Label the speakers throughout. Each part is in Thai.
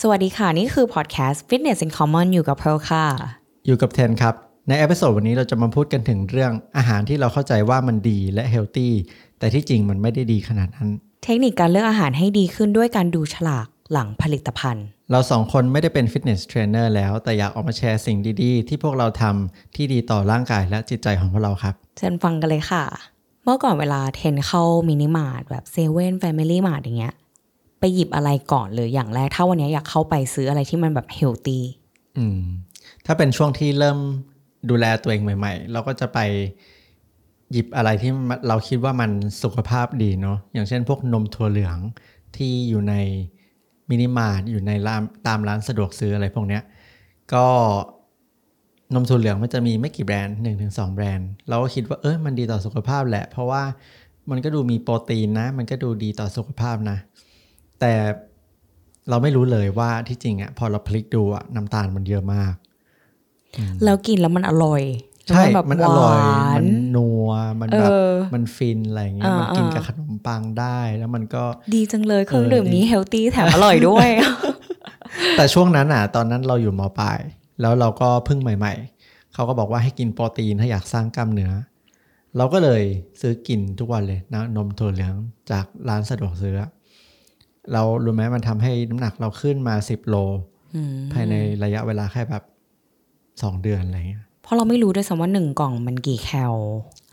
Speaker 1: สวัสดีค่ะ นี่คือพอดแคสต์ Fitness in Common อยู่กับเพร์ลค่ะ
Speaker 2: อยู่กับเทนครับ ในเอพิโซดวันนี้เราจะมาพูดกันถึงเรื่องอาหารที่เราเข้าใจว่ามันดีและเฮลตี้แต่ที่จริงมันไม่ได้ดีขนาดนั้น
Speaker 1: เทคนิคการเลือกอาหารให้ดีขึ้นด้วยการดูฉลากหลังผลิตภัณฑ์
Speaker 2: เราสองคนไม่ได้เป็นฟิตเนสเทรนเนอร์แล้ว แต่อยากออกมาแชร์สิ่งดีๆ ที่พวกเราทำที่ดีต่อร่างกายและจิตใจของพวกเราครับ
Speaker 1: เชิญฟังกันเลยค่ะ เมื่อก่อนเวลาเทนเข้ามินิมาร์ทแบบเซเว่นแฟมิลี่มาร์ทอย่างเงี้ย ไปหยิบอะไรก่อนเลยอย่างแรก ถ้าวันเนี้ยอยากเข้าไปซื้ออะไรที่มันแบบเฮลตี้
Speaker 2: อืมถ้าเป็นช่วงที่เริ่มดูแลตัวเองใหม่ ๆ เราก็จะไปหยิบอะไรที่มันเราคิดว่ามันสุขภาพดีเนาะอย่างเช่นพวกนมถั่วเหลืองที่อยู่ในมินิมาร์ทอยู่ในร้านตามร้านสะดวกซื้ออะไรพวกเนี้ยก็นมถั่วเหลืองมันจะมีไม่กี่แบรนด์1นถึงสแบรนด์เราก็คิดว่าเออมันดีต่อสุขภาพแหละ เพราะว่ามันก็ดูมีโปรตีนนะ มันก็ดูดีต่อสุขภาพนะ แต่เราไม่รู้เลยว่าที่จริงอะพอเราพลิกดูอะน้ำตาลมันเยอะมาก
Speaker 1: แล้วกินแล้วมันอร่อยแล้ว
Speaker 2: ใช่
Speaker 1: แบบ
Speaker 2: มัน
Speaker 1: ห
Speaker 2: อร่อ
Speaker 1: วาย น
Speaker 2: มันนัว มันแบบ
Speaker 1: เออ
Speaker 2: มันฟินอะไรอย่างเงี้ย
Speaker 1: อ่ามั
Speaker 2: มันกิน
Speaker 1: อ่ากั
Speaker 2: กับขนมปังได้ แล้วมันก็
Speaker 1: ดีจังเลยเครื่อง
Speaker 2: เออ
Speaker 1: ดื่ม
Speaker 2: ดี
Speaker 1: นี้เฮลตี้แถมอร่อยด้วย
Speaker 2: แต่ช่วงนั้นอ่ะ ตอนนั้นเราอยู่มปลาย แล้วเราก็เพิ่งใหม่ ๆ เขาก็บอกว่าให้กินโปรตีนถ้าอยากสร้างกล้ามเนื้อ เราก็เลยซื้อกินทุกวันเลยนะนมถั่วเหลืองจากร้านสะดวกซื้อ เรารู้ไหมมันทำให้น้ำหนักเราขึ้นมา 10 โล
Speaker 1: อืม
Speaker 2: ภายในระยะเวลาแค่แบบ 2 เดือนอะไรเงี้ย
Speaker 1: เพราะเราไม่รู้ด้วยซ้ำว่าหนึ่งกล่องมันกี่แคล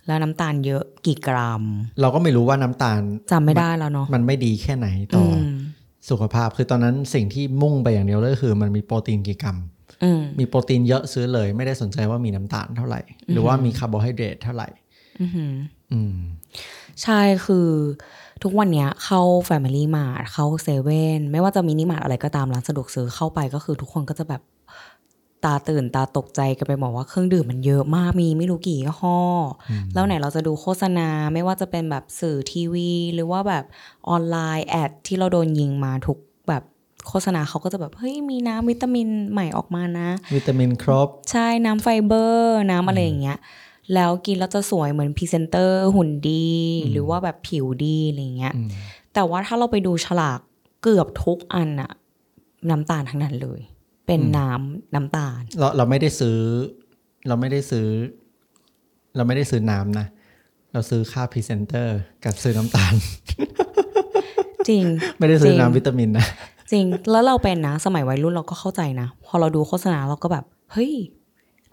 Speaker 1: แล้วน้ำตาลเยอะกี่กรัม
Speaker 2: เราก็ไม่รู้ว่าน้ำตาล
Speaker 1: จำไม่ได้แล้วเนาะ
Speaker 2: มันไม่ดีแค่ไหนต่
Speaker 1: อื
Speaker 2: ออ
Speaker 1: ม
Speaker 2: สุขภาพ คือตอนนั้นสิ่งที่มุ่งไปอย่างเดียวเลยก็คือ มันมีโปรตีนกี่กรัม
Speaker 1: อืม
Speaker 2: มีโปรตีนเยอะซื้อเลย ไม่ได้สนใจว่ามีน้ำตาลเท่าไหร่ หรือว่ามีคาร์โบไฮเดรตเท่าไหร่
Speaker 1: อือหือ
Speaker 2: อืม
Speaker 1: ใช่คือทุกวันเนี้ยเข้า Family Mart เข้าเซเว่นไม่ว่าจะมินิมาร์ทอะไรก็ตามร้านสะดวกซื้อเข้าไปก็คือทุกคนก็จะแบบตาตื่นตาตกใจกันไปหมดว่าเครื่องดื่มมันเยอะมากมีไม่รู้กี่ยี่ห้ออแล้วไหนเราจะดูโฆษณาไม่ว่าจะเป็นแบบสื่อทีวี หรือว่าแบบออนไลน์แอดที่เราโดนยิงมาทุกแบบโฆษณาเขาก็จะแบบเฮ้ยมีน้ำวิตามินใหม่ออกมานะ
Speaker 2: วิตามินครบ
Speaker 1: ใช่น้ำไฟเบอร์น้ำอะไรอย่างเงี้ย แล้วกินแล้วจะสวยเหมือนพรีเซนเตอร์ หุ่นดี หรือว่าแบบผิวดีอะไรอย่างเงี้ย
Speaker 2: อืม
Speaker 1: แต่ว่าถ้าเราไปดูฉลากเกือบทุกอันอะน้ำตาลทั้งนั้นเลย เป็นน้ำน้ำตาล
Speaker 2: เราเราไม่ได้ซื้อ เราไม่ได้ซื้อ เราไม่ได้ซื้อน้ำนะ เราซื้อค่าพรีเซนเตอร์กับซื้อน้ำตาล
Speaker 1: จริง
Speaker 2: ไม่ได้ซื้
Speaker 1: จ
Speaker 2: อ
Speaker 1: ริง
Speaker 2: น้ำวิตามินนะ
Speaker 1: จริง แล้วเราเป็นนะสมัยวัยรุ่นเราก็เข้าใจนะ พอเราดูโฆษณาเราก็แบบ เฮ้ย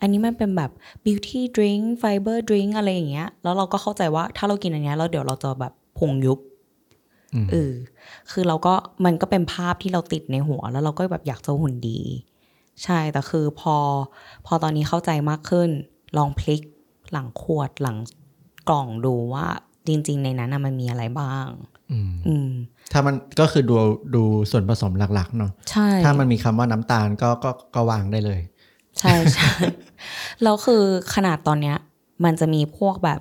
Speaker 1: อันนี้มันเป็นแบบ beauty drink fiber drink อะไรอย่างเงี้ย แล้วเราก็เข้าใจว่าถ้าเรากินอันเนี้ยแล้วเดี๋ยวเราจะแบบพุงยุบ
Speaker 2: อืม
Speaker 1: เออคือเราก็มันก็เป็นภาพที่เราติดในหัว แล้วเราก็แบบอยากจะหุ่นดี ใช่ แต่คือพอ พอตอนนี้เข้าใจมากขึ้น ลองพลิกหลังขวดหลังกล่องดูว่า จริง ๆ ในนั้นน่ะมันมีอะไรบ้าง
Speaker 2: อืม
Speaker 1: อืม
Speaker 2: ถ้ามันก็คือดูดูส่วนผสมหลักๆ เนาะ
Speaker 1: ใช่
Speaker 2: ถ้ามันมีคำว่าน้ำตาลก็ก็ก็วางได้เลย
Speaker 1: ใช่ใช่ แล้วคือขนาดตอนเนี้ย มันจะมีพวกแบบ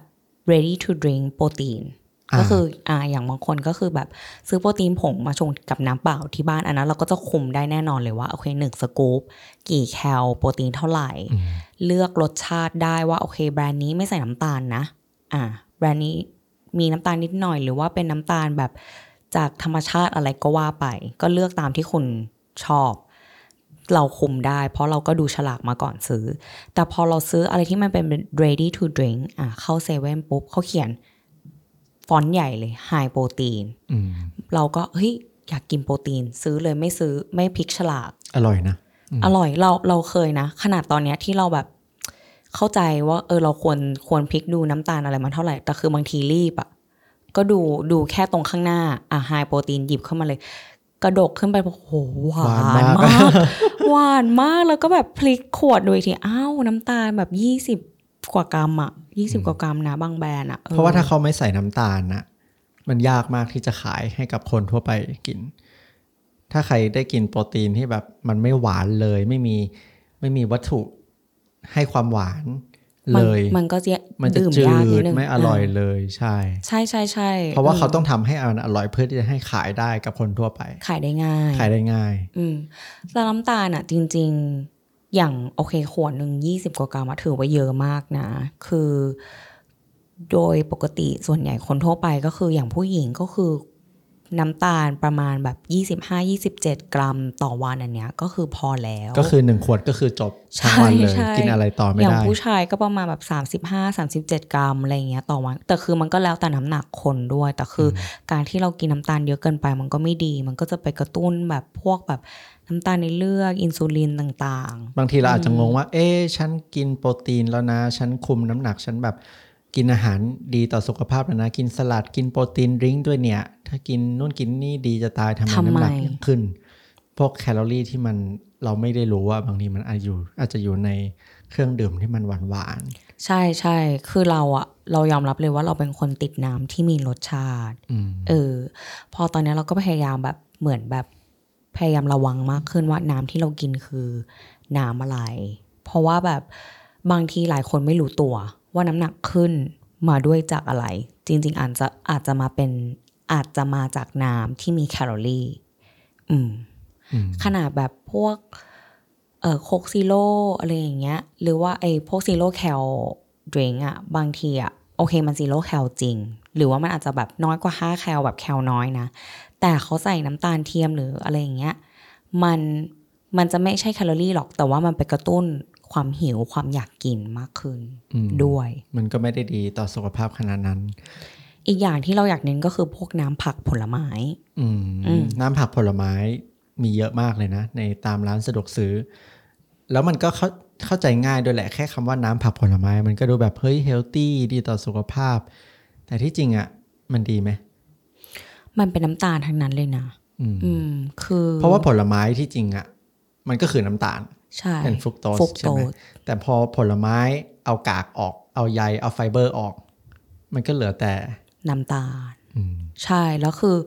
Speaker 1: ready to drink โปรตีน
Speaker 2: อ่า
Speaker 1: ก็คืออ่าอย่างบางคนก็คือแบบซื้อโปรตีนผงมาชงกับน้ำเปล่าที่บ้านอันนั้นเราก็จะคุมได้แน่นอนเลยว่า โอเคหนึ่งสกู๊ปกี่แคลโปรตีนเท่าไหร่
Speaker 2: อืม
Speaker 1: เลือกรสชาติได้ว่าโอเค แบรนด์นี้ไม่ใส่น้ำตาลนะ อ่า แบรนด์นี้มีน้ำตาลนิดหน่อย หรือว่าเป็นน้ำตาลแบบจากธรรมชาติอะไรก็ว่าไป ก็เลือกตามที่คุณชอบ เราคุมได้ เพราะเราก็ดูฉลากมาก่อนซื้อ แต่พอเราซื้ออะไรที่มันเป็น ready to drink อ่ะเข้าเซเว่นปุ๊บเขาเขียน ฟอนต์ใหญ่เลย high protein
Speaker 2: อืม
Speaker 1: เราก็เฮ้ยอยากกินโปรตีน ซื้อเลยไม่ซื้อไม่พลิกฉลาก
Speaker 2: อร่อยนะ
Speaker 1: อร่อยเราเราเคยนะ ขนาดตอนเนี้ยที่เราแบบ เข้าใจว่าเออเราควรควรพลิกดูน้ำตาลอะไรมันเท่าไหร่ แต่คือบางทีรีบอะ่ะ ก็ดูดูแค่ตรงข้างหน้า อ่ะไฮโปรตีนหยิบเข้ามาเลย กระดกขึ้นไปบอกโอ้โหหวานมาก
Speaker 2: หวานมาก
Speaker 1: หวานมากแล้วก็แบบพลิกขวดดูอีกทีอ้าวน้ำตาลแบบยี่สิบกว่ากรัมอะ่ะยี่สิบกว่ากรัมนะบางแบรนด์อะ่ะออ
Speaker 2: เพราะว่าถ้าเขาไม่ใส่น้ำตาลนะมันยากมากที่จะขายให้กับคนทั่วไปกิน ถ้าใครได้กินโปรตีนที่แบบมันไม่หวานเลย ไม่มีไม่มีวัตถุให้ความหวาน
Speaker 1: มั
Speaker 2: เล
Speaker 1: น
Speaker 2: ย
Speaker 1: มันก็จะ
Speaker 2: มันจะ
Speaker 1: ดื่ม
Speaker 2: จื
Speaker 1: ยากนิด
Speaker 2: ด
Speaker 1: นึง
Speaker 2: ไม่อร่อย
Speaker 1: ะ
Speaker 2: เลยใช่
Speaker 1: ใช่ใช่ใช่
Speaker 2: เพราะว่าเขาต้องทำให้มันอร่อยเพื่อที่จะให้ขายได้กับคนทั่วไป
Speaker 1: ขายได้ง่าย
Speaker 2: ขายได้ง่าย
Speaker 1: อืมแต่น้ำตาลอ่ะ จริง ๆ อย่างโอเคขวดหนึ่งยี่สิบกว่ากรัมอะถือว่าเยอะมากนะ คือ โดยปกติส่วนใหญ่คนทั่วไปก็คืออย่างผู้หญิงก็คือ น้ำตาลประมาณแบบ 25-27 กรัมต่อวันอันเนี้ยก็คือพอแล้ว
Speaker 2: ก็คือหนึ่งขวดก็คือจบ
Speaker 1: ใช่
Speaker 2: ทั้งวันเลย
Speaker 1: ใช่
Speaker 2: กินอะไรต่อไม่
Speaker 1: อย่าง
Speaker 2: ได้
Speaker 1: ผู้ชายก็ประมาณแบบ 35 37 กรัมอะไรอย่างเงี้ยต่อวัน แต่คือมันก็แล้วแต่น้ำหนักคนด้วย แต่คืออการที่เรากินน้ำตาลเยอะเกินไปมันก็ไม่ดี มันก็จะไปกระตุ้นแบบพวกแบบน้ำตาลในเลือดอินซูลินต่าง
Speaker 2: บางทีเราอาจจะงงว่า เอ๊ะฉันกินโปรตีนแล้วนะ ฉันคุมน้ำหนัก ฉันแบบกินอาหารดีต่อสุขภาพแล้วนะ กินสลัดกินโปรตีนดริงก์ด้วยเนี่ย ถ้ากินนู่นกินนี่ดีจะตายทำไมน้ำหนักยังขึ้น พวกแคลอรี่ที่มันเราไม่ได้รู้ว่าบางทีมันอาจอยู่อาจจะอยู่ในเครื่องดื่มที่มันหวานหวาน
Speaker 1: ๆ ใช่ใช่คือเราอะเรายอมรับเลยว่าเราเป็นคนติดน้ำที่มีรสชาติ
Speaker 2: ๆอืม
Speaker 1: เออพอตอนเนี้ยเราก็พยายามแบบเหมือนแบบพยายามระวังมากขึ้นว่าน้ำที่เรากินคือน้ำอะไร เพราะว่าแบบบางทีหลายคนไม่รู้ตัวว่าน้ำหนักขึ้นมาด้วยจากอะไร จริง ๆอาจจะอาจจะมาเป็นอาจจะมาจากน้ำที่มีแคลอรี่ อืม
Speaker 2: อืม
Speaker 1: ขนาดแบบพวกเอ่อโคกซีโร่อะไรอย่างเงี้ย หรือว่าไอ้พวกซีโร่แคลดริงอะบางทีอะโอเคมันซีโร่แคลจริง หรือว่ามันอาจจะแบบน้อยกว่า 5 แคลแบบแคลน้อยนะ แต่เขาใส่น้ำตาลเทียมหรืออะไรอย่างเงี้ยมันมันจะไม่ใช่แคลอรี่หรอกแต่ว่ามันไปกระตุ้นความหิวความอยากกินมากขึ้น
Speaker 2: อืม
Speaker 1: ด้วย
Speaker 2: มันก็ไม่ได้ดีต่อสุขภาพขนาดนั้น
Speaker 1: อีกอย่างที่เราอยากเน้นก็คือพวกน้ำผักผลไม้
Speaker 2: อืม
Speaker 1: อืม
Speaker 2: น้ำผักผลไม้มีเยอะมากเลยนะ ในตามร้านสะดวกซื้อ แล้วมันก็เข้าเข้าใจง่ายด้วยแหละแค่คำว่าน้ำผักผลไม้ มันก็ดูแบบเฮ้ยเฮลตี้ดีต่อสุขภาพ แต่ที่จริงอะ่ะ มันดีไหม
Speaker 1: มันเป็นน้ำตาลทั้งนั้นเลยนะ
Speaker 2: อืม
Speaker 1: อืมคือ
Speaker 2: เพราะว่าผลไม้ที่จริงอะ่ะ มันก็คือน้ำตาล
Speaker 1: ใช่
Speaker 2: เป็นฟรุกโตส
Speaker 1: ฟรุก
Speaker 2: ใช่
Speaker 1: โต
Speaker 2: ไหม
Speaker 1: ส
Speaker 2: แต่พอผลไม้เอากากออก เอาใยเอาไฟเบอร์ออก มันก็เหลือแต่
Speaker 1: น้ำตาล
Speaker 2: อืม
Speaker 1: ใช่แล้วคือ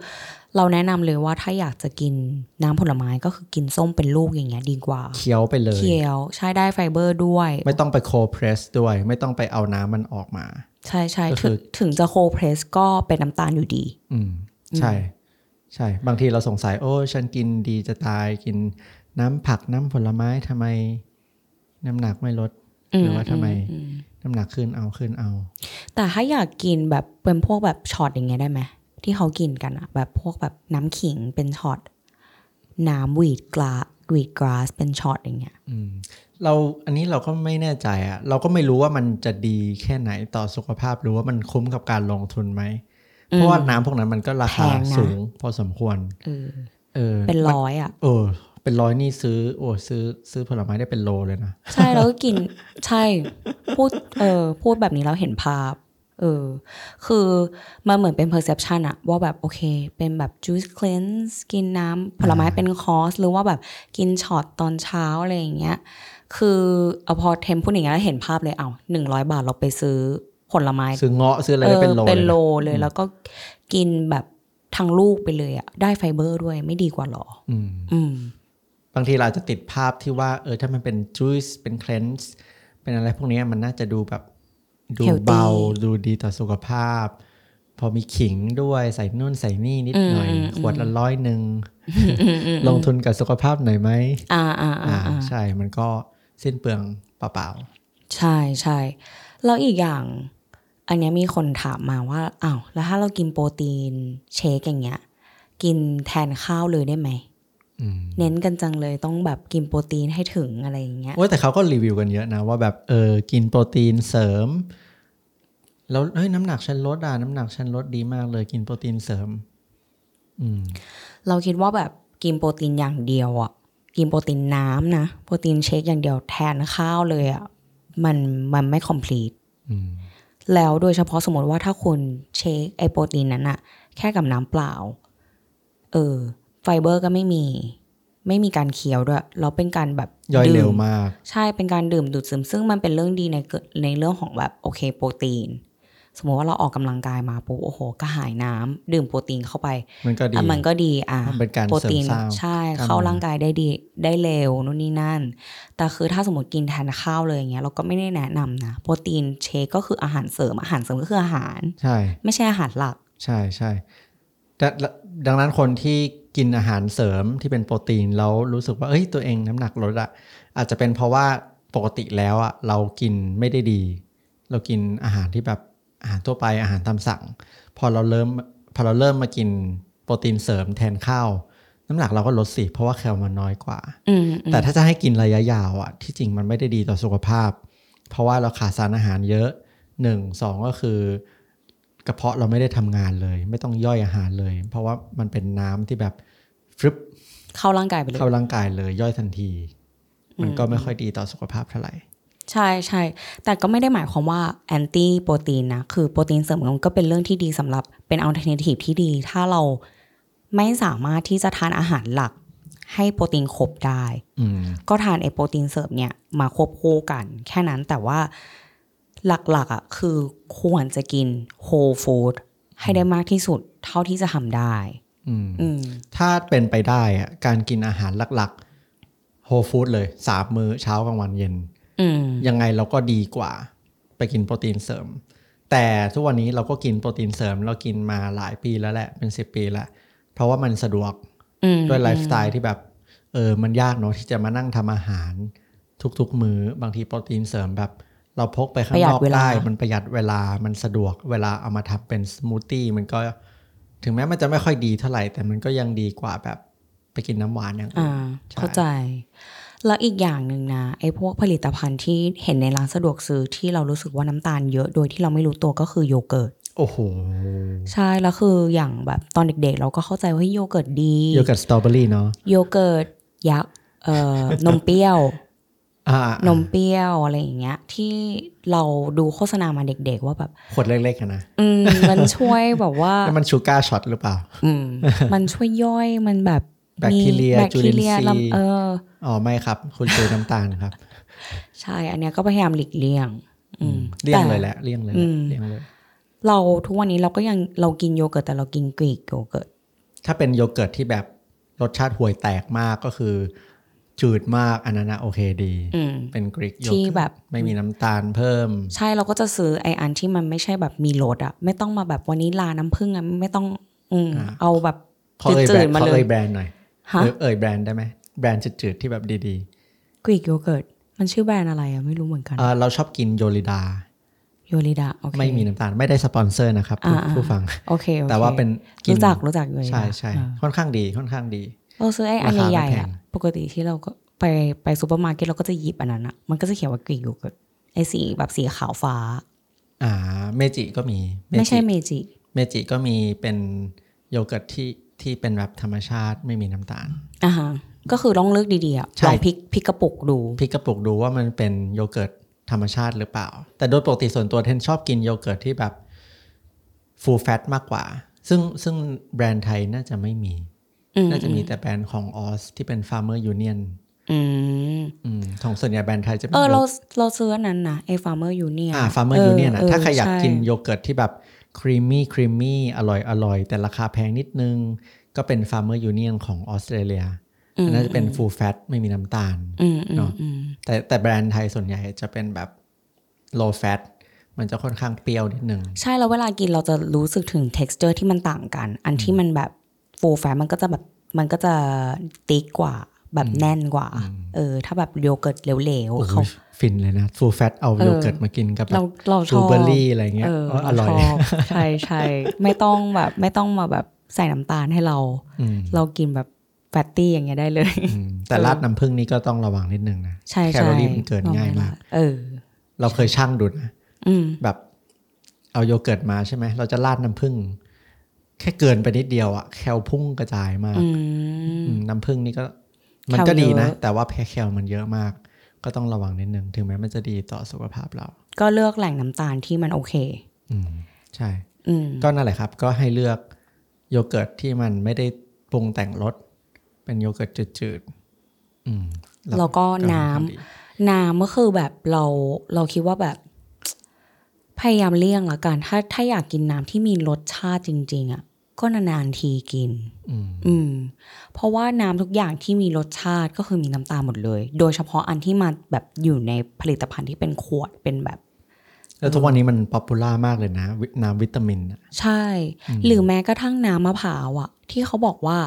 Speaker 1: เราแนะนำเลยว่าถ้าอยากจะกินน้ำผลไม้ก็คือกินส้มเป็นลูกอย่างเงี้ยดีกว่า
Speaker 2: เคี้ยวไปเลย
Speaker 1: เคี้ยวใช่ได้ไฟเบอร์ด้วย
Speaker 2: ไม่ต้องไปโคเพรสด้วย ไม่ต้องไปเอาน้ำมันออกมา
Speaker 1: ใช่ใช่
Speaker 2: ก็
Speaker 1: ถึ
Speaker 2: คื
Speaker 1: ง
Speaker 2: อ
Speaker 1: ถึงจะโคเพรสก็เป็นน้ำตาลอยู่ดี
Speaker 2: อืมใช่ ใช่ บางทีเราสงสัย โอ้ ฉันกินดีจะตายกินน้ำผักน้ำผลไม้ทำไม น้ำหนักไม่ลด
Speaker 1: อืม
Speaker 2: หรือว่าทำไม
Speaker 1: อืมอืม
Speaker 2: น้ำหนักขึ้นเอาขึ้นเอา
Speaker 1: แต่ถ้าอยากกินแบบเป็นพวกแบบช็อตอย่างเงี้ยได้ไหมที่เขากินกันอะแบบพวกแบบน้ำขิงเป็นช็อตน้ำวีดกลาวีดกราสเป็นช็อตอย่างเงี้ย
Speaker 2: อืมเราอันนี้เราก็ไม่แน่ใจอะเราก็ไม่รู้ว่ามันจะดีแค่ไหนต่อสุขภาพหรือว่ามันคุ้มกับการลงทุนไหม เพราะว่าน้ำพวกนั้นมันก็ราคา
Speaker 1: แพงนะ
Speaker 2: สูง พอสมควร
Speaker 1: เออ
Speaker 2: เออ
Speaker 1: เป็น
Speaker 2: มัน
Speaker 1: ร้อยอะ
Speaker 2: เออ เป็นร้อยนี่ซื้อ โอ้ซื้อซื้อผลไม้ได้เป็นโลเลยนะ
Speaker 1: ใช่แล้วก็กิน ใช่พูดเออพูดแบบนี้แล้วเห็นภาพเออคือมันเหมือนเป็น perception อะว่าแบบโอเค เป็นแบบ juice cleanse กินน้ำผลไม้เป็นคอร์สหรือว่าแบบกินช็อตตอนเช้าอะไรอย่างเงี้ยคือเอาพอเทมพูดอย่างเงี้ยแล้วเห็นภาพเลยเอาหนึ่งร้อยบาทเราไปซื้อผลไม้
Speaker 2: ซื้อเงาะซื้ออะไร
Speaker 1: เอ
Speaker 2: ได้
Speaker 1: อ
Speaker 2: เป็นโล
Speaker 1: เป็น
Speaker 2: เลย
Speaker 1: โล
Speaker 2: นะ
Speaker 1: เลยแล้วก็กินแบบทางลูกไปเลยอะได้ไฟเบอร์ด้วยไม่ดีกว่าหรอ
Speaker 2: อืม
Speaker 1: อืม
Speaker 2: บางทีเราอาจจะติดภาพที่ว่า เออถ้ามันเป็นจูสเป็นเคลนส์เป็นอะไรพวกเนี้ยมันน่าจะดูแบบดู
Speaker 1: Healthy
Speaker 2: เบาดูดีต่อสุขภาพ พอมีขิงด้วยใส่นู่นใส่นี่นิดหน่อย
Speaker 1: อืมอืม
Speaker 2: ขวดละร้อยหนึ่งลงทุนกับสุขภาพหน่อยไหม
Speaker 1: อ่าอ่าอ่า
Speaker 2: อ่า
Speaker 1: อ่า
Speaker 2: ใช่มันก็สิ้นเปลืองเปล่า
Speaker 1: ใช่ใช่แล้วอีกอย่าง อันเนี้ยมีคนถามมาว่าอ้าวแล้วถ้าเรากินโปรตีนเชคอย่างเงี้ย กินแทนข้าวเลยได้ไหม
Speaker 2: ๆอืม
Speaker 1: เน้นกันจังเลยต้องแบบกินโปรตีนให้ถึงอะไรอย่างเงี้ย
Speaker 2: โอ้ยแต่เขาก็รีวิวกันเยอะนะ ว่าแบบเออกินโปรตีนเสริม แล้วเฮ้ยน้ำหนักฉันลดอ่ะน้ำหนักฉันลดดีมากเลยกินโปรตีนเสริม อืม
Speaker 1: เราคิดว่าแบบกินโปรตีนอย่างเดียวอ่ะกินโปรตีนน้ำนะโปรตีนเชคอย่างเดียวแทนข้าวเลยอ่ะมันมันไม่ complete
Speaker 2: อืม
Speaker 1: แล้วโดยเฉพาะสมมติว่าถ้าคุณเชคไอโปรตีนนั้นอะแค่กับน้ำเปล่า เออ ไฟเบอร์ก็ไม่มี ไม่มีการเคี้ยวด้วยแล้วเป็นการแบบ
Speaker 2: ย่อยเร็ว
Speaker 1: ดื่
Speaker 2: มาก
Speaker 1: ใช่เป็นการดื่มดูดซึม ซึ่งมันเป็นเรื่องดีในเกิดในเรื่องของแบบโอเค โปรตีน สมมติว่าเราออกกำลังกายมาปุ๊บโอ้โหกระหายน้ำดื่มโปรตีนเข้าไป
Speaker 2: มันก็ดี
Speaker 1: อ่ะมันก็ดีอ่ะ
Speaker 2: มันเป็นการ
Speaker 1: โปรตีน
Speaker 2: เสริมสร้าง
Speaker 1: ใช่
Speaker 2: กล้ามเนื้อ
Speaker 1: เข้าร่างกายได้ดีได้เร็วนู่นนี่นั่น แต่คือถ้าสมมติกินแทนข้าวเลยอย่างเงี้ยเราก็ไม่ได้แนะนำนะโปรตีนเชคก็คืออาหารเสริมอาหารเสริมก็คืออาหาร
Speaker 2: ใช่
Speaker 1: ไม่ใช่อาหารหลัก
Speaker 2: ใช่ใช่แต่ละดังนั้นคนที่กินอาหารเสริมที่เป็นโปรตีนแล้วรู้สึกว่าเอ้ยตัวเองน้ำหนักลดอะอาจจะเป็นเพราะว่าปกติแล้วอะเรากินไม่ได้ดี เรากินอาหารที่แบบอาหารทั่วไปอาหารตามสั่ง พอเราเริ่มพอเราเริ่มมากินโป รตีนเสริมแทนข้าวน้ำหนักเราก็ลดสิเพราะว่าแคลมันน้อยกว่า
Speaker 1: อืมอืม
Speaker 2: แต่ถ้าจะให้กินระยะยาวอ่ะที่จริงมันไม่ได้ดีต่อสุขภาพ เพราะว่าเราขาดสารอาหารเยอะหนึ่งสองก็คือ กระเพาะเราไม่ได้ทำงานเลย ไม่ต้องย่อยอาหารเลย เพราะว่ามันเป็นน้ำที่แบบฟรึบ
Speaker 1: เข้าร่างกายไปเลย
Speaker 2: เข้าร่างกายเลยย่อยทันที มันก็ไม่ค่อยดีต่อสุขภาพเท่าไหร่
Speaker 1: ใช่ใช่แต่ก็ไม่ได้หมายความว่าแอนตี้โปรตีนนะ คือโปรตีนเสริมมันก็เป็นเรื่องที่ดีสำหรับเป็นอัลเทอร์เนทีฟที่ดี ถ้าเราไม่สามารถที่จะทานอาหารหลัก ให้โปรตีนครบได้
Speaker 2: อืม
Speaker 1: ก็ทานไอโปรตีนเสริมเนี่ยมาควบคู่กัน แค่นั้นแต่ว่าหลักๆอ่ะคือควรจะกินโฮลฟู้ดให้ได้มากที่สุดเท่าที่จะทำได้
Speaker 2: อืม
Speaker 1: อืม
Speaker 2: ถ้าเป็นไปได้อะการกินอาหารหลักๆโฮฟู้ดเลยสามมื้อเช้ากลางวันเย็น
Speaker 1: อืม
Speaker 2: ยังไงเราก็ดีกว่า ไปกินโปรตีนเสริม แต่ทุกวันนี้เราก็กินโปรตีนเสริม เรากินมาหลายปีแล้วแหละเป็นสิบปีละเพราะว่ามันสะดวก
Speaker 1: อืม
Speaker 2: ด้วยไลฟ์สไตล์ที่แบบเออมันยากเนอะที่จะมานั่งทำอาหารทุกๆมือ้อบางทีโปรตีนเสริมแบบ เราพกไปข้างนอ
Speaker 1: ประหยั
Speaker 2: ก
Speaker 1: ดเวลา
Speaker 2: ได้มันประหยัดเวลามันสะดวกเวลาเอามาทำเป็นสมูทตี้มันก็ถึงแม้มันจะไม่ค่อยดีเท่าไหร่ แต่มันก็ยังดีกว่าแบบไปกินน้ำหวานอย่างอื่น
Speaker 1: อ่า
Speaker 2: ใช่
Speaker 1: เข้าใจ แล้วอีกอย่างหนึ่งนะไอ้พวกผลิตภัณฑ์ที่เห็นในร้านสะดวกซื้อที่เรารู้สึกว่าน้ำตาลเยอะโดยที่เราไม่รู้ตัวก็คือโยเกิร์ต
Speaker 2: โอ้โห
Speaker 1: ใช่แล้วคืออย่างแบบตอนเด็กๆ เราก็เข้าใจว่าเฮ้ยโยเกิร์ตดี
Speaker 2: โยเกิร์ตสตรอเบอรี่เนาะ
Speaker 1: โยเกิร์ตยักษ์เอ่ อนมเปรี้ยว
Speaker 2: อ่าน
Speaker 1: มเปรี้ยวอะไรอย่างเงี้ย ที่เราดูโฆษณามาเด็กๆ ว่าแบบ
Speaker 2: ขวดเล็กๆอะนะ
Speaker 1: อื ม มันช่วยแบบว่า
Speaker 2: แล้วมันชูการ์ช็อตหรือเปล่า
Speaker 1: อื ม มันช่วยย่อยมันแบบมี
Speaker 2: แบคทีเรีย
Speaker 1: แบคที
Speaker 2: จุลินทรี
Speaker 1: เรีย
Speaker 2: ย์
Speaker 1: ลำเออ
Speaker 2: อ๋อไม่ครับ คุณเจอน้ำตาลครับ
Speaker 1: ใช่ อันเนี้ยก็พยายามหลีกเลี่ยง อืม
Speaker 2: เลี่ยงเลย
Speaker 1: แต่
Speaker 2: แหละเลี่ยงเลย
Speaker 1: อืม
Speaker 2: แหละเลี่ยงเลย
Speaker 1: เราทุกวันนี้เราก็ยังเรากินโยเกิร์ตแต่เรากินกรีกโยเกิร์ต
Speaker 2: ถ้าเป็นโยเกิร์ตที่แบบรสชาติห่วยแตกมากก็คือ จืดมากอันนั้นนะโอเคดี
Speaker 1: อืม
Speaker 2: เป็นกรีกโย
Speaker 1: ที่
Speaker 2: เกิร์ต
Speaker 1: แบบ
Speaker 2: ไม่มีน้ำตาลเพิ่ม
Speaker 1: ใช่เราก็จะซื้อไออันที่มันไม่ใช่แบบมีรสอะไม่ต้องมาแบบวันนี้ลาน้ำผึ้งอะไม่ต้อง อืม
Speaker 2: อ่า
Speaker 1: เอาแบบ
Speaker 2: ขอเอ่ยแบ
Speaker 1: จื
Speaker 2: ร
Speaker 1: ด
Speaker 2: นด์
Speaker 1: ๆมา
Speaker 2: ขอ
Speaker 1: เล
Speaker 2: เอ่
Speaker 1: ย
Speaker 2: ยแบรนด์หน่อย
Speaker 1: ฮะ
Speaker 2: เอ่ยเอ่ยแบรนด์ได้ไหมแบรนด์จืดๆที่แบบดี
Speaker 1: กรีกโยเกิร์ตมันชื่อแบรนด์อะไรอะไม่รู้เหมือนกัน
Speaker 2: ๆเอ่อเราชอบกินโยลิดา
Speaker 1: โยลิดาโอเค
Speaker 2: ไม่มีน้ำตาลไม่ได้สปอนเซอร์นะครับผู้
Speaker 1: อ่าอ่า
Speaker 2: ผู้ฟัง
Speaker 1: โอเคโอค
Speaker 2: แต่ว่าเป็นกิน
Speaker 1: รู้จักรู้จักโยลิดา
Speaker 2: ใช่ใช่
Speaker 1: เออ
Speaker 2: ค่อนข้างดีค่อนข้างดี
Speaker 1: เราซื้อไออันใหญ่
Speaker 2: ราคา
Speaker 1: ๆ
Speaker 2: ไม่แพง
Speaker 1: อะปกติที่เราก็ไปไปซูเปอร์มาร์เก็ตเราก็จะหยิบอันนั้นอะมันก็จะเขียนว่ากรีกโยเกิร์ตไอสีแบบสีขาวฟ้า
Speaker 2: อ่าเมจิก็มีเจิ
Speaker 1: ไม่ใช่เมจิ
Speaker 2: เมจิก็มีเป็นโยเกิร์ตที่ที่เป็นแบบธรรมชาติไม่มีน้ำตาล
Speaker 1: อ่ะฮะก็คือลองเลือกดีๆอะ
Speaker 2: ใช่
Speaker 1: ลองพลิกพลิกกระปุกดู
Speaker 2: พี่กระปุกดูว่ามันเป็นโยเกิร์ตธรรมชาติหรือเปล่า แต่โดยปกติส่วนตัวเทนชอบกินโยเกิร์ตที่แบบฟูลแฟตมากกว่า ซึ่งซึ่งแบรนด์ไทยน่าจะไม่มี
Speaker 1: อืม
Speaker 2: น่าจะมีแต่แบรนด์ของออสที่เป็น Farmer Union
Speaker 1: อืม
Speaker 2: อืมของส่วนใหญ่แบรนด์ไทยจะป็น
Speaker 1: เออ เรา
Speaker 2: โย
Speaker 1: เราซื้ออันนั้นนะไอ้ farmer union
Speaker 2: อ่า Farmer Union อ่ะถ้าใครอยากกิน
Speaker 1: ใช่
Speaker 2: โยเกิร์ตที่แบบครีมมี่ครีมมี่อร่อยอร่อยแต่ราคาแพงนิดนึง ก็เป็น Farmer Union ของออสเตรเลียอันน่าจะเป็นฟูลแฟตไม่มีน้ำตาล
Speaker 1: อืมอื
Speaker 2: เน
Speaker 1: ม
Speaker 2: อะ
Speaker 1: อืม
Speaker 2: แต่แต่แบรนด์ไทยส่วนใหญ่จะเป็นแบบ low fat มันจะค่อนข้างเปรี้ยวนิดนึง
Speaker 1: ใช่แล้วเวลากินเราจะรู้สึกถึง texture ที่มันต่างกัน อันที่มันแบบ full fat มันก็จะแบบมันก็จะติ๊กกว่าแบบแน่นกว่า เออ ถ้าแบบโยเกิร์ตเหลว
Speaker 2: โอ้
Speaker 1: ๆ
Speaker 2: โห
Speaker 1: เขา
Speaker 2: ฟินเลยนะ full fat เอา
Speaker 1: เออ
Speaker 2: โยเกิร์ตมากินกับแบบ
Speaker 1: เราเรา
Speaker 2: บ
Speaker 1: ช
Speaker 2: ลู
Speaker 1: อบ
Speaker 2: เบอร์รี่อะไรเงี้ย
Speaker 1: เออ
Speaker 2: เอออ
Speaker 1: เรา
Speaker 2: ร่อย
Speaker 1: ชอบใช่ใช่ไม่ต้องแบบไม่ต้องมาแบบใส่น้ำตาลให้เรา
Speaker 2: อืม
Speaker 1: เรากินแบบแฟตตี้อย่างเงี้ยได้เลย
Speaker 2: อืมแต่ราดน้ำผึ้งนี่ก็ต้องระวังนิดนึงนะ
Speaker 1: ใช่
Speaker 2: แค
Speaker 1: ใช่
Speaker 2: ลอรี่มันเกินง่ายมาก
Speaker 1: เออ
Speaker 2: เราเคยชั่งดูนะ
Speaker 1: อืม
Speaker 2: แบบเอาโยเกิร์ตมาใช่ไหม เราจะราดน้ำผึ้งแค่เกินไปนิดเดียวอะแคลพุ่งกระจายมาก
Speaker 1: อืม
Speaker 2: อืมน้ำผึ้งนี่ก็มัน
Speaker 1: แคล
Speaker 2: ก็ดี
Speaker 1: เยอะ
Speaker 2: นะ แต่ว่าแพ้แคลมันเยอะมาก ก็ต้องระวังนิดนึง ถึงแม้มันจะดีต่อสุขภาพเรา
Speaker 1: ก็เลือกแหล่งน้ำตาลที่มันโอเค
Speaker 2: อืมใช่
Speaker 1: อืม
Speaker 2: ก็นั่นแหละครับ ก็ให้เลือกโยเกิร์ตที่มันไม่ได้ปรุงแต่งรสเป็นโยเกิร์ตจืดๆอืม
Speaker 1: แล้วก็
Speaker 2: ค่อข้าง
Speaker 1: น้ำ
Speaker 2: ดี
Speaker 1: น้ำก็คือแบบเราเราคิดว่าแบบ พยายามเลี่ยงละกัน ถ้าถ้าอยากกินน้ำที่มีรสชาติจริง ๆ อ่ะ ก็นานๆทีกิน
Speaker 2: อืม
Speaker 1: อืม เพราะว่าน้ำทุกอย่างที่มีรสชาติก็คือมีน้ำตาลหมดเลย โดยเฉพาะอันที่มาแบบอยู่ในผลิตภัณฑ์ที่เป็นขวดเป็นแบบ
Speaker 2: แล้วทุกวันนี้มันป๊อปปูล่ามากเลยนะวิน้ำวิตามินอะ
Speaker 1: ใช่ หรือแม้กระทั่งน้ำมะพร้าวอ่ะ ที่เขาบอกว่า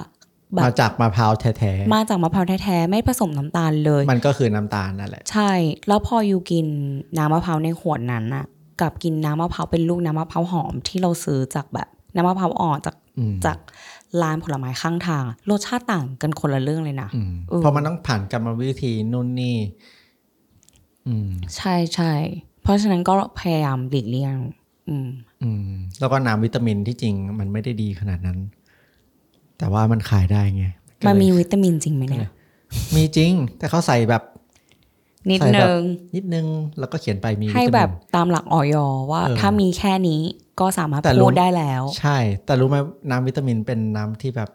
Speaker 1: แบ
Speaker 2: มา
Speaker 1: บ
Speaker 2: จากมะพร้าวแท้
Speaker 1: มาจากมะพร้าวแท้ๆไม่ผสมน้ำตาลเลย
Speaker 2: ๆมันก็คือน้ำตาลนั่นแหละ
Speaker 1: ใช่ แล้วพออยู่กินน้ำมะพร้าวในขวดนั้นน่ะ กับกินน้ำมะพร้าวเป็นลูกน้ำมะพร้าวหอมที่เราซื้อจากแบบน้ำมะพร้าวอ่อนจาก
Speaker 2: อืม
Speaker 1: จาก ร้านผลไม้ข้างทางอะรสชาติต่างกันคนละเรื่องเลยนะ
Speaker 2: อืม
Speaker 1: เออ
Speaker 2: เพราะมันต้องผ่านกรรมวิธีนู่นนี่ อืม
Speaker 1: ใช่ใช่เพราะฉะนั้นก็พยายามหลีกเลี่ยง อืม
Speaker 2: อืม แล้วก็น้ำวิตามินที่จริงมันไม่ได้ดีขนาดนั้น แต่ว่ามันขายได้ไงก็เลย
Speaker 1: มันมีวิตามินจริงไหมเนี่ย
Speaker 2: มีจริง แต่เขาใส่แบบ
Speaker 1: นิด
Speaker 2: ใส่แบบ
Speaker 1: นึง
Speaker 2: นิดนึง แล้วก็เขียนไปมีวิตา
Speaker 1: ให้
Speaker 2: มิน
Speaker 1: แบบตามหลักออยว่า
Speaker 2: เออ
Speaker 1: ถ้ามีแค่นี้ก็สามารถ
Speaker 2: แต่รู้
Speaker 1: พูดได้แล้ว
Speaker 2: ใช่ แต่รู้ไหมน้ำวิตามินเป็นน้ำที่แบบ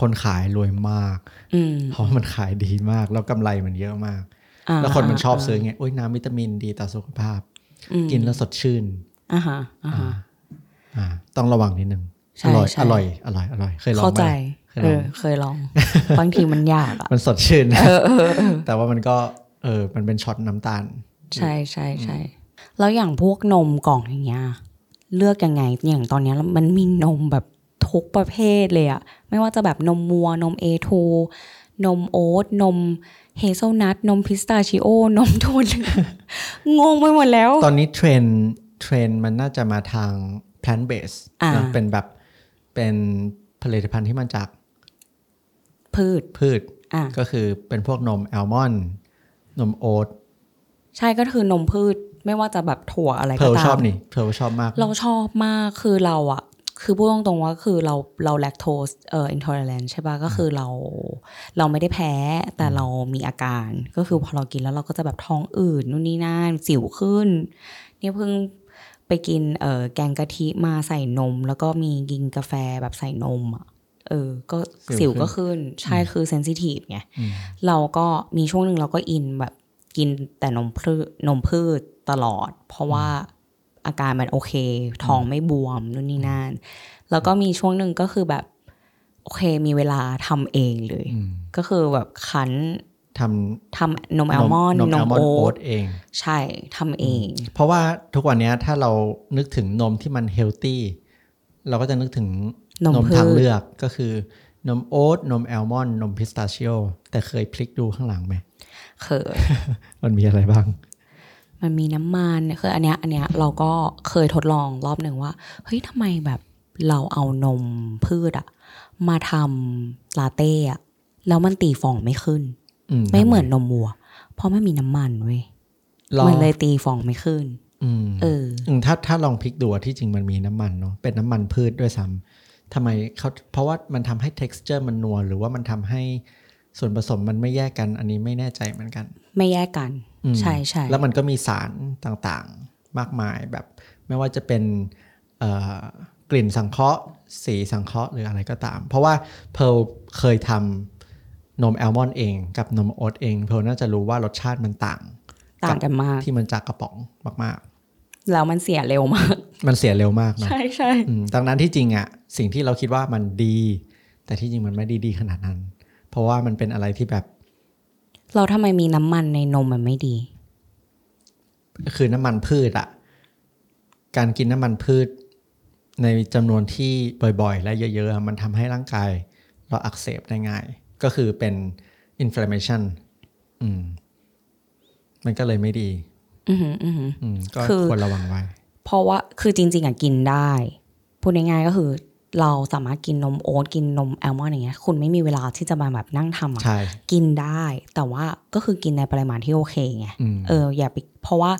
Speaker 2: คนขายรวยมาก
Speaker 1: อืม
Speaker 2: เพราะมันขายดีมาก แล้วกำไรมันเยอะมาก
Speaker 1: อ่า
Speaker 2: แล้วคนมันชอบ
Speaker 1: า
Speaker 2: ซื้อไงโอ้ยน้ำวิตามินดีต่อสุขภาพ
Speaker 1: ม
Speaker 2: กินแล้วสดชื่น
Speaker 1: อ่าฮะอ่าฮะ
Speaker 2: อ่า ต้องระวังนิดนึง
Speaker 1: ใช่
Speaker 2: อร่อย
Speaker 1: ใช่
Speaker 2: อร่อยอร่อยอร่อยเคยลอง
Speaker 1: เข้า
Speaker 2: ไหม
Speaker 1: ใจ
Speaker 2: ล่ะ เคยล
Speaker 1: เอ
Speaker 2: อง
Speaker 1: อ เคย ลอง บางทีมันยากอ่ะ
Speaker 2: มันสดชื่นนะ
Speaker 1: เออเออเออ
Speaker 2: แต่ว่ามันก็เออ มันเป็นช็อตน้ำตาล
Speaker 1: ใช่ใช่ใช่แล้วอย่างพวกนมกล่องอย่างเงี้ย เลือกยังไง อย่างตอนเนี้ยมันมีนมแบบทุกประเภทเลยอะไม่ว่าจะแบบนมวัวนมเอทูนมโอ๊ตนมเฮเซลนัทนมพิสตาชิโอนมโทนง งไปหมดแล้ว
Speaker 2: ตอนนี้เทรนด์เทรนด์มันน่าจะมาทาง plant based
Speaker 1: อ่า
Speaker 2: นะเป็นแบบเป็นผลิตภัณฑ์ที่มันจาก
Speaker 1: พืช
Speaker 2: พืช
Speaker 1: อ่ะ
Speaker 2: ก็คือเป็นพวกนมแอลมอนด์นมโอ๊ต
Speaker 1: ใช่ก็คือนมพืชไม่ว่าจะแบบถั่วอะไร
Speaker 2: เพ
Speaker 1: ก็
Speaker 2: ล
Speaker 1: ตา
Speaker 2: ชอบ
Speaker 1: ม
Speaker 2: นี่เพลชอบมาก
Speaker 1: เราชอบมากคือเราอะคือพูดตรงๆว่าคือเราเราแลคโตสเอ่ออินทอร์แลนใช่ปะก็คือเราเราไม่ได้แพ้แต่เรามีอาการก็คือพอเรากินแล้วเราก็จะแบบท้องอืดนู่นนี่นั่นสิวขึ้นเนี่ยเพิ่งไปกินเอ่อแกงกะทิมาใส่นม แล้วก็มีกินกาแฟแบบใส่นมอะเออก็
Speaker 2: สิ
Speaker 1: สิ
Speaker 2: ว
Speaker 1: ว
Speaker 2: ขึ้น
Speaker 1: ก็ขึ้นใช่คือเซนซิทีฟไง
Speaker 2: อืม
Speaker 1: เราก็มีช่วงหนึ่งเราก็อินแบบกินแต่นมพืชนมพืชตลอด เพราะว่าอาการมันโอเค ท้องไม่บวมนู่นนี่นั่นแล้วก็มีช่วงหนึ่งก็คือแบบ โอเคมีเวลาทำเองเลย
Speaker 2: อืม
Speaker 1: ก็คือแบบคั้น
Speaker 2: ทำ
Speaker 1: ทำนมแอลมอนด์
Speaker 2: นม
Speaker 1: น
Speaker 2: แอล
Speaker 1: ม
Speaker 2: มอน
Speaker 1: โอ๊
Speaker 2: ด์โอ๊
Speaker 1: ต
Speaker 2: ตเอง
Speaker 1: ใช่ทำเอง
Speaker 2: เพราะว่าทุกวันเนี้ยถ้าเรานึกถึงนมที่มันเฮลตี้เราก็จะนึกถึง
Speaker 1: นมพืช
Speaker 2: ทางเลือกก็คือนมโอ๊ตนมแอลมอนด์นมพิสตาชิโอแต่เคยพลิกดูข้างหลังไหม
Speaker 1: เคย
Speaker 2: มันมีอะไรบ้าง
Speaker 1: มันมีน้ำมันคืออันเนี้ยอันเนี้ยเราก็เคยทดลองรอบหนึ่งว่า เฮ้ยทำไมแบบเราเอานมพืชอะมาทำลาเต้อะแล้วมันตีฟองไม่ขึ้น ไม่เหมือนนมวัว เพราะไม่มีน้ำมันเว้ย
Speaker 2: ลอง
Speaker 1: มันเลยตีฟองไม่ขึ้น
Speaker 2: อืม
Speaker 1: เออ
Speaker 2: มถ้าถ้าลองพลิกดูอะที่จริงมันมีน้ำมันเนาะเป็นน้ำมันพืชด้วยซ้ำทำไมเขาเพราะว่ามันทำให้ texture มันนัวหรือว่ามันทำให้ส่วนผสมมันไม่แยกกัน อันนี้ไม่แน่ใจเหมือนกัน
Speaker 1: ไม่แยกกัน
Speaker 2: อืม
Speaker 1: ใช่ใช่
Speaker 2: แล้วมันก็มีสารต่างๆมากมายแบบ ไม่ว่าจะเป็นเอ่อกลิ่นสังเคราะห์ สีสังเคราะห์หรืออะไรก็ตาม เพราะว่าเพลเคยทำนมแอลมอนด์เอง กับนมโอ๊ตเองเพลน่าจะรู้ว่ารสชาติมันต่าง
Speaker 1: ต่างกันมาก
Speaker 2: ที่มันจากกระป๋องมากๆ
Speaker 1: แล้วมันเสียเร็วมาก
Speaker 2: มันเสียเร็วมากเนาะ
Speaker 1: ใช่ใช่
Speaker 2: อืมดังนั้นที่จริงอะสิ่งที่เราคิดว่ามันดี แต่ที่จริงมันไม่ได้ดีขนาดนั้น เพราะว่ามันเป็นอะไรที่แบบ
Speaker 1: เราทำไมมีน้ำมันในนมมันไม่ดี
Speaker 2: คือน้ำมันพืชอะการกินน้ำมันพืช ในจำนวนที่บ่อยๆ และเยอะๆอะมันทำให้ร่างกาย เราอักเสบได้ง่าย ก็คือเป็น inflammation อืม มันก็เลยไม่ดี
Speaker 1: อือหืออือหือ
Speaker 2: อืม ก็
Speaker 1: คือ
Speaker 2: ควรระวังไว้
Speaker 1: เพราะว่าคือจริง ๆอะกินได้ พูดง่ายๆก็คือ เราสามารถกินนมโอ๊ตกินนมแอลมอนด์อย่างเงี้ยคุณไม่มีเวลาที่จะมาแบบนั่งทำอะ
Speaker 2: ใช่
Speaker 1: กินได้ แต่ว่าก็คือกินในปริมาณที่โอเคไง
Speaker 2: อืม
Speaker 1: เอออย่าไปเพราะว่า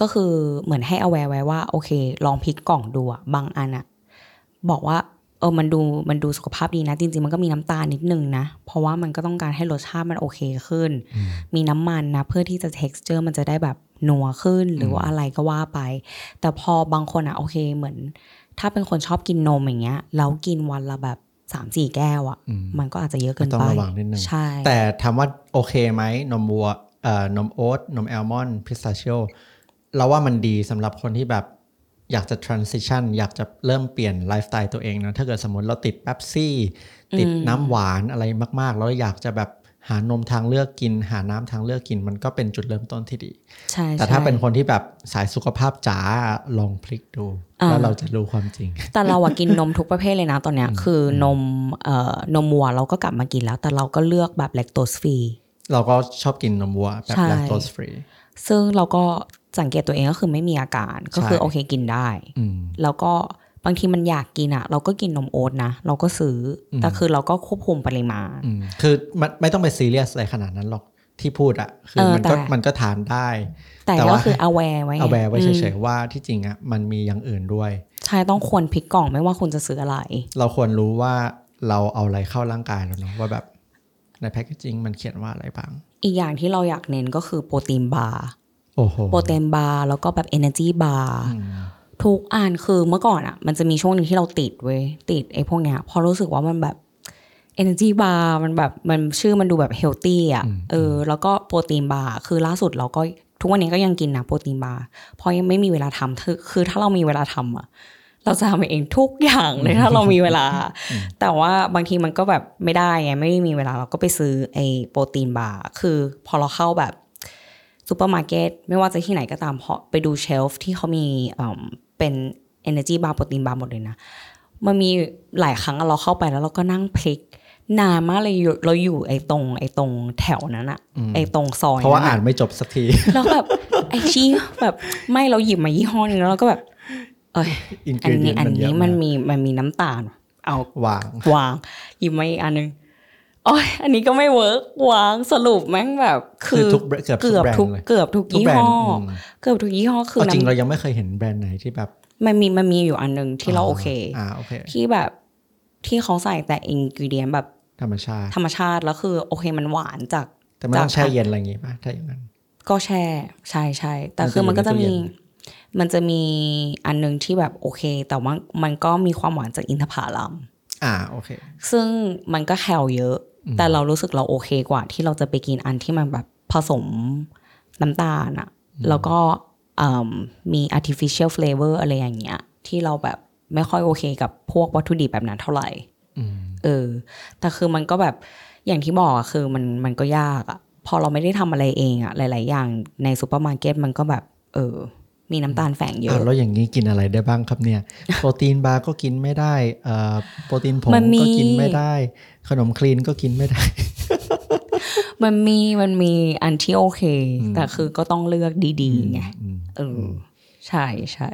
Speaker 1: ก็คือเหมือนให้ aware ไว้ว่า โอเค ลองพลิกกล่องดูอะบางอันอะบอกว่าเออมันดูมันดูสุขภาพดีนะ จริง ๆ มันก็มีน้ำตาลนิดนึงนะ เพราะว่ามันก็ต้องการให้รสชาติมันโอเคขึ้น มีน้ำมันนะ เพื่อที่จะ texture มันจะได้แบบนัวขึ้นหรือว่าอะไรก็ว่าไป แต่พอบางคนอะโอเคเหมือน ถ้าเป็นคนชอบกินนมอย่างเงี้ยแล้วกินวันละแบบสามสี่แก้วอะ
Speaker 2: อืม
Speaker 1: มันก็อาจจะเยอะเกิน
Speaker 2: ก็ต้อ
Speaker 1: ไป
Speaker 2: งระวังนิดนึง
Speaker 1: ใช่
Speaker 2: แต่ถามว่าโอเคไหมนมวัวเอ่อนมโอ๊ตนมแอลมอนด์พิสตาชิโอเราว่ามันดีสำหรับคนที่แบบอยากจะ transition อยากจะเริ่มเปลี่ยนไลฟ์สไตล์ตัวเองนะถ้าเกิดสมมติเราติดแป๊บซี่ ติดน้ำหวานอะไรมากๆ แล้วอยากจะแบบหานมทางเลือกกิน หาน้ำทางเลือกกิน มันก็เป็นจุดเริ่มต้นที่ดี
Speaker 1: ใช่
Speaker 2: แต่ถ้า
Speaker 1: ใช่
Speaker 2: เป็นคนที่แบบสายสุขภาพจ๋าลองพลิกดู
Speaker 1: อ่า
Speaker 2: แล้วเราจะรู้ความจริง
Speaker 1: แต่เราอะกินนมทุกประเภทเลยนะตอนเนี้ยคือนมเอ่อนมวัวเราก็กลับมากินแล้ว แต่เราก็เลือกแบบแลคโตสฟรี
Speaker 2: เราก็ชอบกินนมวัวแบบ
Speaker 1: ใช่
Speaker 2: แลคโตสฟรี
Speaker 1: ซึ่งเราก็สังเกตตัวเองก็คือไม่มีอาการก็คือ
Speaker 2: ใช่
Speaker 1: โอเคกินได้
Speaker 2: อืม
Speaker 1: แล้วก็ บางทีมันอยากกินอะเราก็กินนมโอ๊ตนะเราก็ซื้ออแต่คือเราก็ควบคุมปริมาณ
Speaker 2: อืมคือมันไม่ต้องไปซีเรียสอะไรขนาดนั้นหรอกที่พูดอะคือ
Speaker 1: เออ
Speaker 2: มันก็
Speaker 1: แต่
Speaker 2: มันก็ทานได้
Speaker 1: แต่
Speaker 2: แต่
Speaker 1: ก็
Speaker 2: ว่า
Speaker 1: คือ aware ไว้
Speaker 2: เอาแวร์ไว้เฉ
Speaker 1: อืม
Speaker 2: ยๆว่าที่จริงอะมันมีอย่างอื่นด้วย
Speaker 1: ใช่ต้องควรพลิกกล่องไม่ว่าคุณจะซื้ออะไร
Speaker 2: เราควรรู้ว่าเราเอาอะไรเข้าร่างกายแล้วเนาะว่าแบบในแพคเกจจิ้งมันเขียนว่าอะไรบ้าง
Speaker 1: อีกอย่างที่เราอยากเน้นก็คือโปรตีนบาร์
Speaker 2: โอ้โห
Speaker 1: โปรตีนบาร์แล้วก็แบบ energy bar
Speaker 2: อืม
Speaker 1: ทุกอันคือเมื่อก่อนอะมันจะมีช่วงหนึ่งที่เราติดเว้ยติดไอ้พวกเนี้ยเพอรู้สึกว่ามันแบบ energy bar มันแบบมันชื่อมันดูแบบ healthy อะเออแล้วก็โปรตีนบาร์คือล่าสุดเราก็ทุกวันนี้ก็ยังกินนะโปรตีนบาร์เพราะยังไม่มีเวลาทำคือคือถ้าเรามีเวลาทำอะเราจะทำเองทุกอย่างเลยถ้าเรามีเว ลา แต่ว่าบางทีมันก็แบบไม่ได้ไงไม่ได้มีเวลาเราก็ไปซื้อไอ้โปรตีนบาร์คือพอเราเข้าแบบซูเปอร์มาร์เก็ตไม่ว่าจะที่ไหนก็ตามพอไปดูเชลฟ์ที่เขามีเอิ่มเป็น Energy Bar โปรตีนบาร์หมดเลยนะ มันมีหลายครั้งอะเราเข้าไปแล้วเราก็นั่งพลิก นานมากเลยอยู่เราอยู่ไอ้ตรง ไอ้ตรงแถวนั้นอะไอ้ตรงซอย
Speaker 2: เพราะว่า
Speaker 1: นั้น
Speaker 2: อ่า
Speaker 1: อะ
Speaker 2: นไม่จบสักที
Speaker 1: แล้วแบบ ไอ้ชี้แบบไม่เราหยิบมายี่ห้อนึงแล้วเราก็แบบ เอยอันนี้
Speaker 2: ingredient
Speaker 1: อัน
Speaker 2: เย
Speaker 1: นี้มัน
Speaker 2: อะาก
Speaker 1: มีมันมีน้ำตาล เอา
Speaker 2: วาง
Speaker 1: วางหยิบมาอีกอันนึงโอ้ยอันนี้ก็ไม่เวิร์กวางสรุปแม่งแบบ คื
Speaker 2: คือ
Speaker 1: อ
Speaker 2: ทุกแบรนด์เกือบทุ
Speaker 1: เกื
Speaker 2: ก
Speaker 1: อบ
Speaker 2: แบรน
Speaker 1: ทุกเกือบ
Speaker 2: ด์เลย
Speaker 1: ทุก
Speaker 2: ทุก
Speaker 1: ยี่
Speaker 2: แบรน
Speaker 1: ห้อ
Speaker 2: ด์
Speaker 1: อ
Speaker 2: ม
Speaker 1: เกือบทุกยี่ห้อคือ
Speaker 2: เอาจริง
Speaker 1: น้
Speaker 2: เรายังไม่เคยเห็นแบรนด์ไหนที่แบบ
Speaker 1: ำมันมีมันมีอยู่อันนึงที่เราโอเค
Speaker 2: อ่าโอเค
Speaker 1: ที่แบบที่เขาใส่แต่อินกิเดียนแบบ
Speaker 2: ธรรมชาติ
Speaker 1: ธรรมชาติแล้วคือโอเคมันหวานจาก
Speaker 2: แต่ไม่ต้
Speaker 1: จา
Speaker 2: อ
Speaker 1: ง ก
Speaker 2: แช่เย็นอะไรอย่างงี้ป่ะถ้าอย่างนั้น
Speaker 1: ก็แช่ใช่ใช่แต่
Speaker 2: มันจะ
Speaker 1: คือมันก็จะ
Speaker 2: อยู่ในตู้
Speaker 1: มี
Speaker 2: เย็น
Speaker 1: มันจะมีอันหนึงที่แบบโอเค แต่ว่ามันก็มีความหวานจากอินทผลัม
Speaker 2: อ่าโอเค
Speaker 1: ซึ่งมันก็แคลเยอะ
Speaker 2: อืม
Speaker 1: แต่เรารู้สึกเราโอเคกว่าที่เราจะไปกินอันที่มันแบบผสมน้ำตาลอะแล้วก็อืมมี artificial flavor อะไรอย่างเงี้ย ที่เราแบบไม่ค่อยโอเคกับพวกวัตถุดิบแบบนั้นเท่าไหร่
Speaker 2: อืม
Speaker 1: เออ แต่คือมันก็แบบอย่างที่บอกอะคือมันมันก็ยากอะพอเราไม่ได้ทำอะไรเองอะหลาย ๆ อย่างในซูเปอร์มาร์เก็ตมันก็แบบ เออ มีน้ำตาลแฝงเย
Speaker 2: อ่า
Speaker 1: อะ
Speaker 2: แล้วอย่างนี้กินอะไรได้บ้างครับ เนี่ย โปรตีนบาร์ก็กินไม่ได้เอ่อโปรตีนผง
Speaker 1: มันมี
Speaker 2: ก็กินไม่ได้ ขนมคลีนก็กินไม่ได้
Speaker 1: มันมีมันมีอันที่โอเค แต่คือก็ต้องเลือกดี ๆ ไง
Speaker 2: อืม
Speaker 1: เออ ใช่ใช่